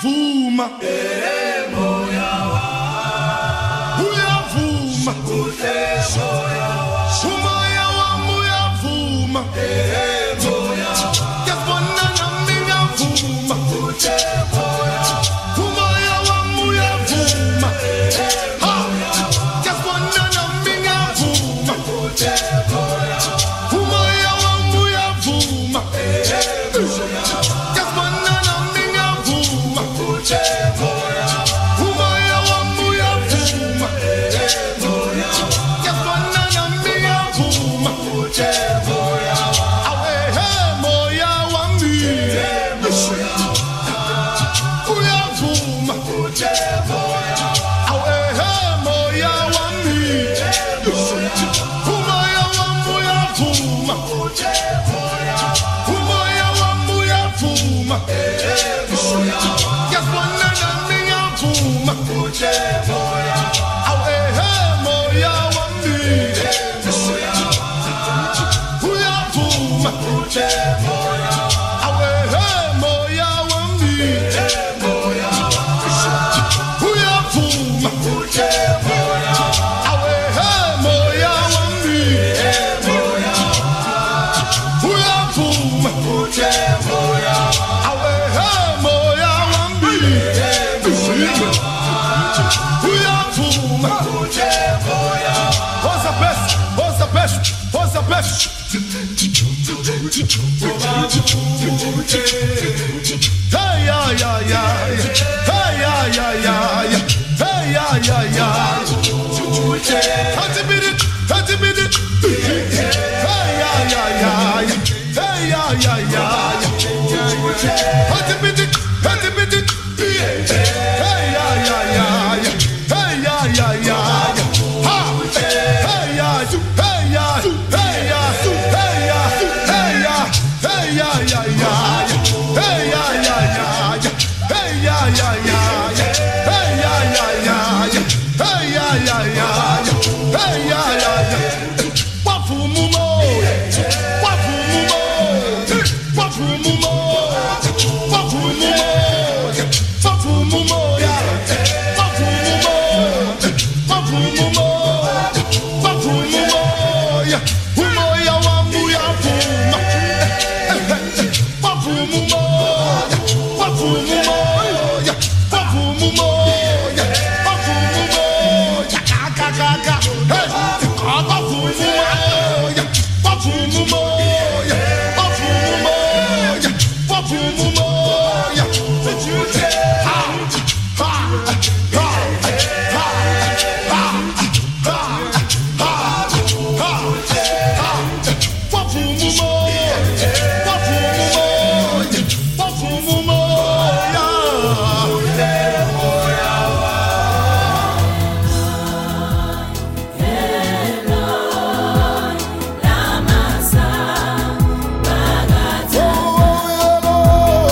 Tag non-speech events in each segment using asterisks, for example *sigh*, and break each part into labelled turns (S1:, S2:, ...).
S1: vuma. Muyavuma. Shumayawa muyavuma. Yabonana miyavuma. Shumayawa muyavuma. Ha! Yabonana miyavuma. Shumayawa muyavuma. Yabonana miyavuma. Shumayawa muyavuma. Yafanana miyavuma. Awe, he, moya wami. Uyavuma. Awe, he, moya wami. Umoya wami uyavuma. Umoya wami uyavuma. Yafanana miyavuma. Awe, he, moya wami. Uyavuma. Awe, he, moya wami. Uyavuma. Awe, he, moya wami. Uyavuma. Awe, he, moya wami. Uyavuma. Rosa Peste, Rosa Peste, Rosa Peste. Ai, ai, ai, ai. Ai, ai, ai, ai. Ai, ai, ai, ai. Tati bidi, tati bidi. Ai, ai, ai, ai. Ai, ai, ai, ai. Tati bidi, tati bidi. Ai, ai, ai, ai. Ai, ai, ai, ai. Ha! Hey, ya, you, hey, ya, you, hey, ya, you, hey, ya, you, hey, ya. Hey, ya, ya, ya, ya. Hey, ya, ya, ya, ya. Hey, ya, ya, ya, ya. Hey, ya, ya, ya, ya. Hey, ya, ya, ya, ya. Hey, ya, ya, ya. Wafumumo. Wafumumo. Wafumumo. Wafumumo. Wafumumo, ya. Wafumumo. *laughs* Oh, oh, oh, oh.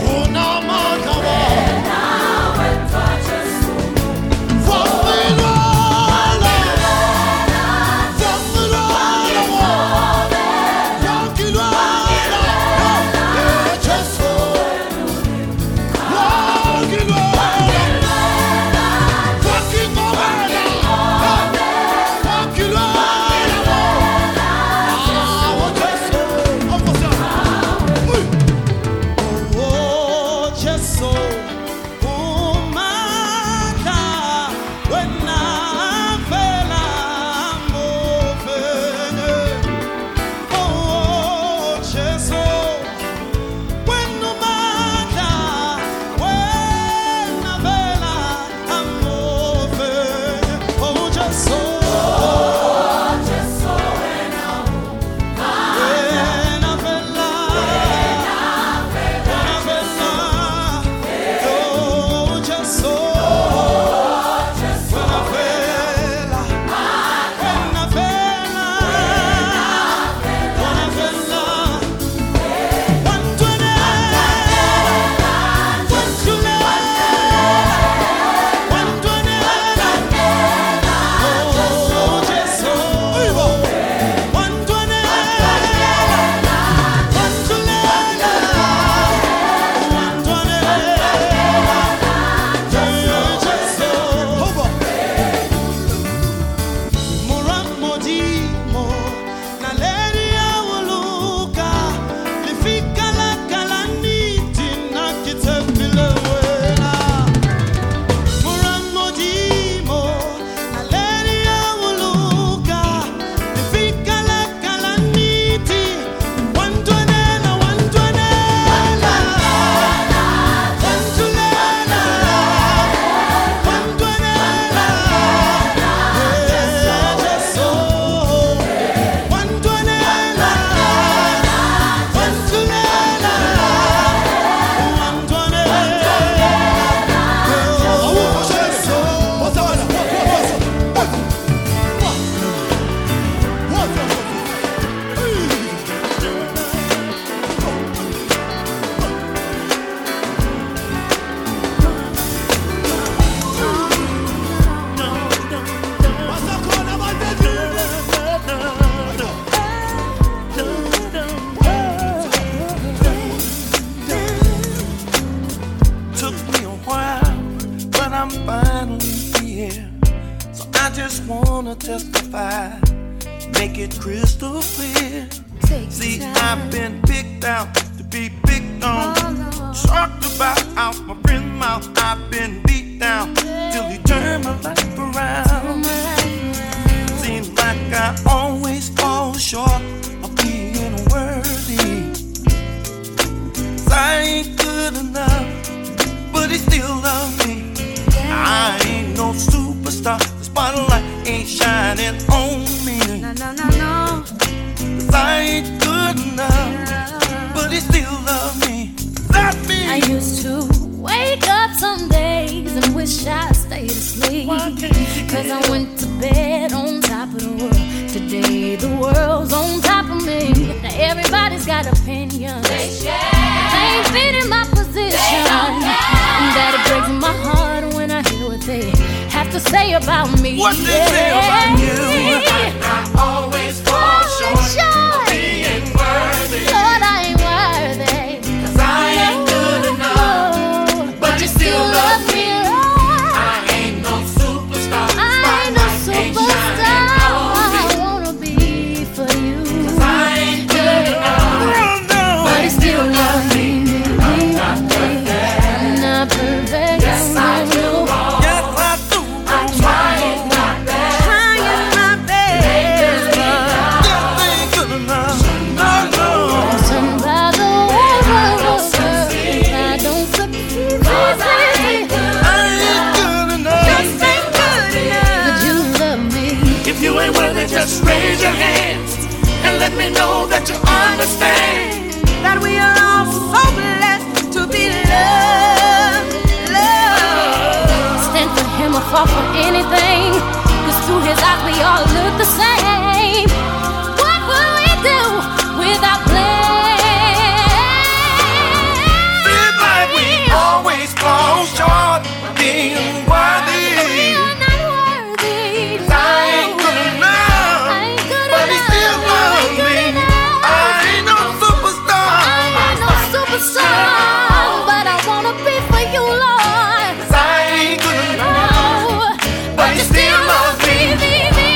S1: Ah,
S2: Una
S3: But you still love me. me, me.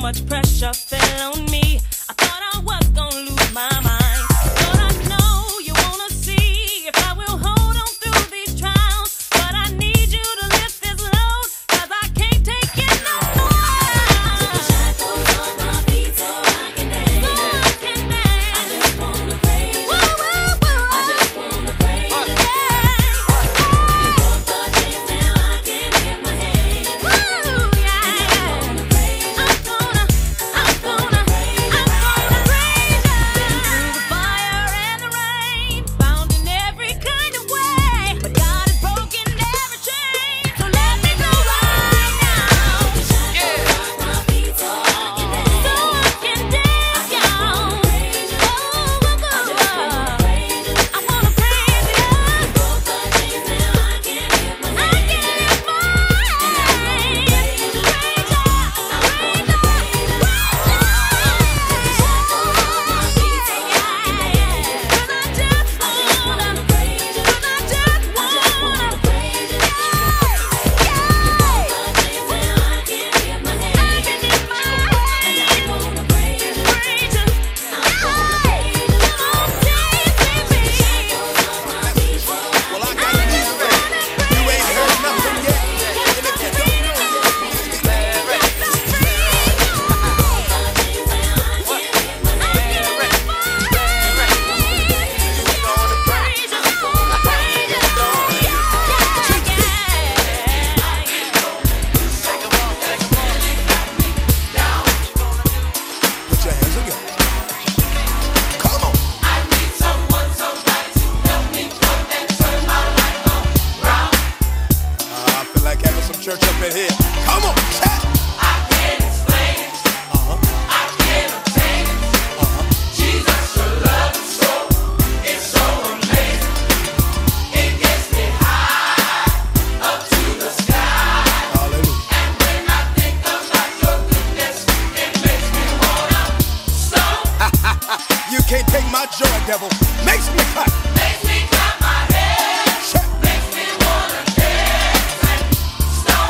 S4: much pressure fell on me. I thought I was gonna lose my mind. But I know you wanna see if I will hold on through these trials. But I need you to lift this load, 'cause I can't take it no more.
S5: Shackles on my feet, so I can dance.
S4: So I can dance.
S5: I just wanna praise you.
S4: Woo, woo, woo.
S5: I just wanna praise you.
S4: Yeah.
S5: Walk the dance now, I can get my hands.
S4: Woo, yeah.
S5: Wanna praise you.
S4: I'm gonna, I'm gonna, I'm gonna praise ya. Been through the fire and the rain, found in every kind of way. But God has broken every chain, so let me go right now,
S5: Shackles on my feet, so I can dance.
S4: so I can dance, y'all. Oh,
S5: Praise you.
S4: I wanna praise ya.
S5: Walk the dance now, I can get my
S4: I
S5: hands.
S4: get it mine. Praise ya, praise ya, praise ya.
S6: Well, I got it respect. You ain't heard nothing yet. And if you don't know, you better rest. Put your hands together. Come on. I feel like having some church up in here. Come on, chat. Hallelujah. You can't take my joy, devil. Makes me cut. Makes me cut my head.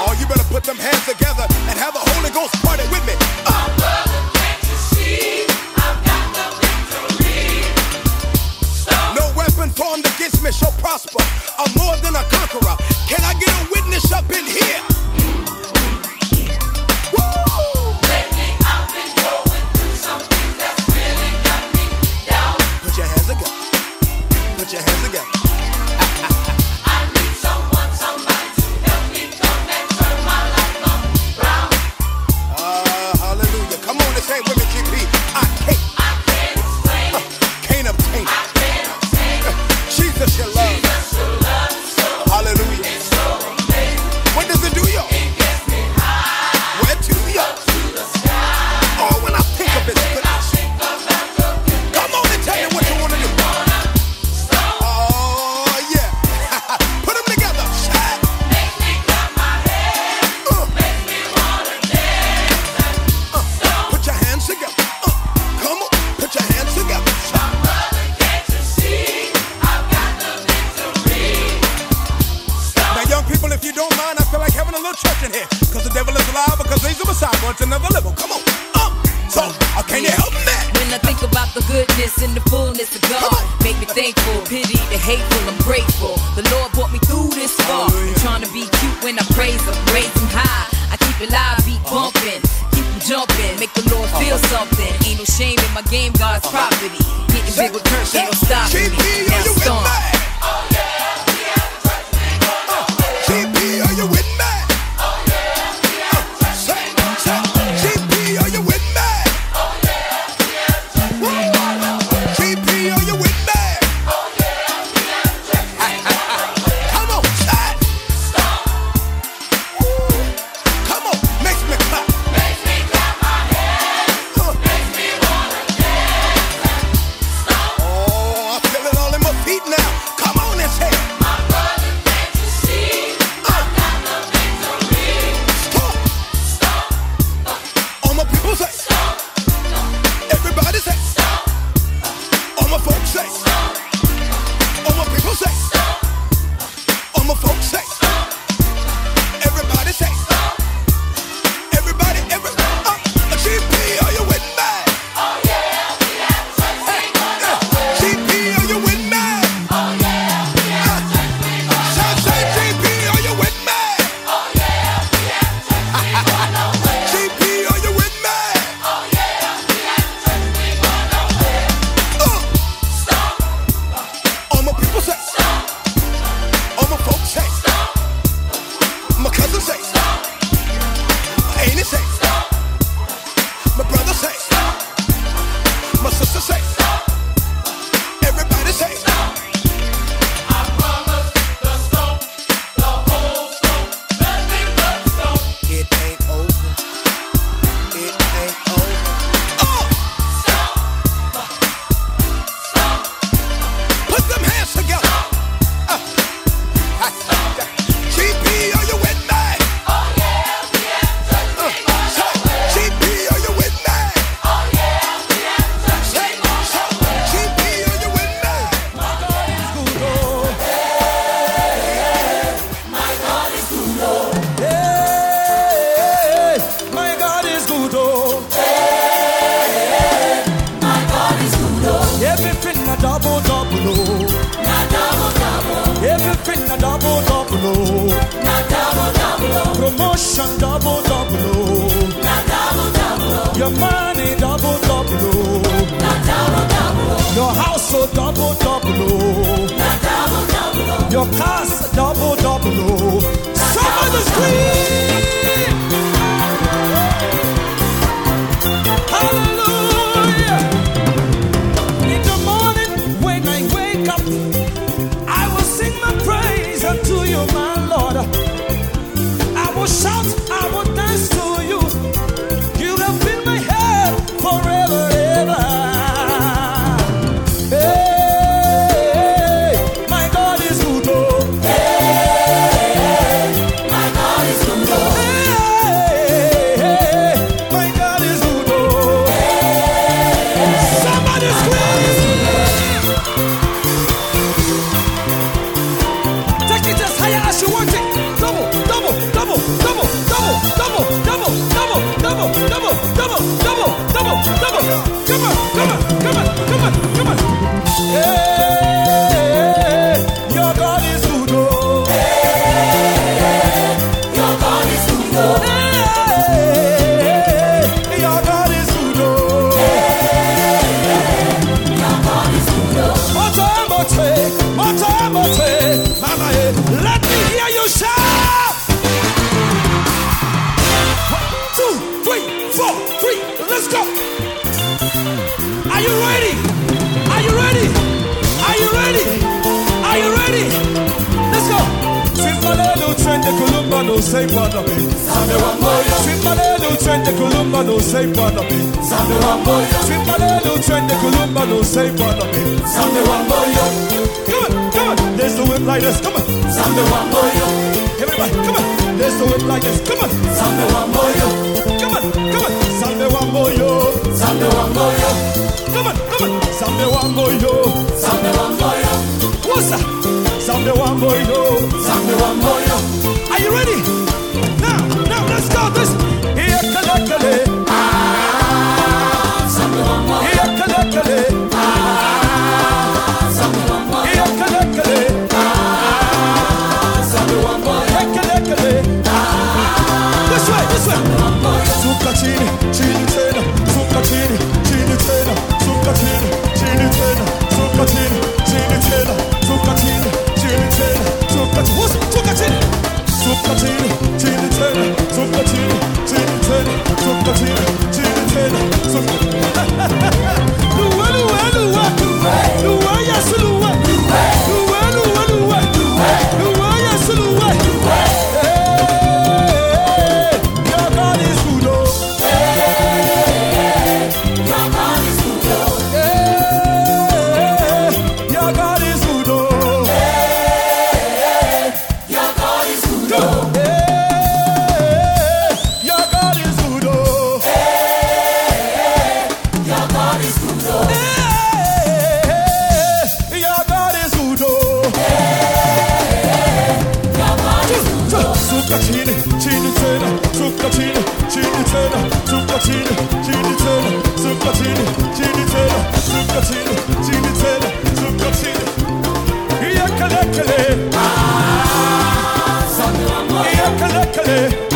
S6: Oh, you better put them hands together and have a Holy Ghost party with me. Uh. No weapon formed against me shall prosper. I'm more than a conqueror. Can I get a witness up in here? Woo! Put your hands together. Put your hands together. Uh, hallelujah. Come on, this ain't women GP. I can't. I can't explain. Uh, can't obtain. I can't obtain. Jesus, your love. Jesus, your love. Hallelujah. It's so amazing. What does it do, y'all? It gets me high. Where to, y'all? Up to the sky. Oh, when I think of it, when I think about your Come on and tell me what you want to do. Oh, yeah. *laughs* Put them together. Shout. Uh. Put your hands together. Uh, come on, put your hands together. Now, young people, if you don't mind, I feel like having a little church in here. Cause the devil is alive, because he's a Messiah, wants another level. Come on, up. So, uh, can you help me?
S7: When I think about the goodness and the fullness of God, make me thankful, pity the hateful, I'm grateful. The Lord brought me through this far.
S6: Hallelujah.
S7: Trying to be cute when I praise Him, raise Him high. I keep it live, beat bumping, keep 'em jumping, make the Lord feel
S6: Uh-huh.
S7: something. Ain't no shame in my game, God's property. Getting big with curse, ain't no stopping
S6: GP, are
S7: me. Now
S6: you with
S7: storm.
S6: me? Uh, GP, are you with me? Uh, say, say, GP, are you with me? Woo! GP, are you with me? Come on, say. Woo! Come on, makes me clap. Uh, Oh, I feel it all in my uh, Oh. Uh. Oh, Uh. Hey, my God is good, oh. Everything a double double, oh. Everything a double double, oh. Promotion double double, oh. Your money double double, oh. Your house oh, double double, oh. Your cars double double, oh. Somebody scream! Hallelujah! In the morning when I wake up, I will sing my praise unto you, my Lord. I will shout, I will dance to you. You have been my help forever, ever. Hey, my God is good. oh. Hey, hey, my God is good. oh. Somebody scream! Take it as higher as you want it. Double, double, double, double, double, double, double, double, double, double, double, double, double, double. Come on, come on, come on, come on, come on. Hey, your God is good. oh. Hey, oh. your God is good. oh. oh. Otomote, otomote, mama, eh, Let me hear you shout. One, two, three, four, three. Let's go. Are you ready? Are you ready? Are you ready? Are you ready? Let's go. Simbalelo trende kulumba no say bana be. Samewa moyo. Simbalelo trende kulumba no say bana be. Samewa moyo. Simbalelo trende kulumba no say bana be. Samewa moyo. Come on, come on. Let's do it like this. Come on. Samewa moyo. Everybody, come on. Let's do it like this. Come on. Samewa moyo. Come on, come on. Samewa moyo. Samewa moyo. Come on, come on. Samewa moyo. Samewa moyo. What's up? Samewa moyo. Samewa moyo. Are you ready? Now, now, let's go. This. Here, kele, kele. Here, kele, kele. Here, kele, kele. Here, kele, kele. This way, this way. Suka chini, chini tena. Suka chini, chini tena. Suka chini, chini tena. Suka chini, chini tena. Suka chini, chini tena. Suka chini, what's suka chini? Suka chini, chini tena. Suka chini, chini tena. Suka chini, chini tena. Suka. *laughs* Luwa, luwa, luwa, luwa. Luwa, yes, luwa. Luwa, luwa, luwa. Luwa, yes, luwa. Hey, your God is good, oh. Your God is good, oh. Hey, your God is good, oh. Hey, your God is good, oh. Suka chini, chini tena, suka chini, chini tena, suka chini, chini tena, suka chini, chini tena, suka chini, chini tena, suka chini. Iya kale kale, iya kale kale.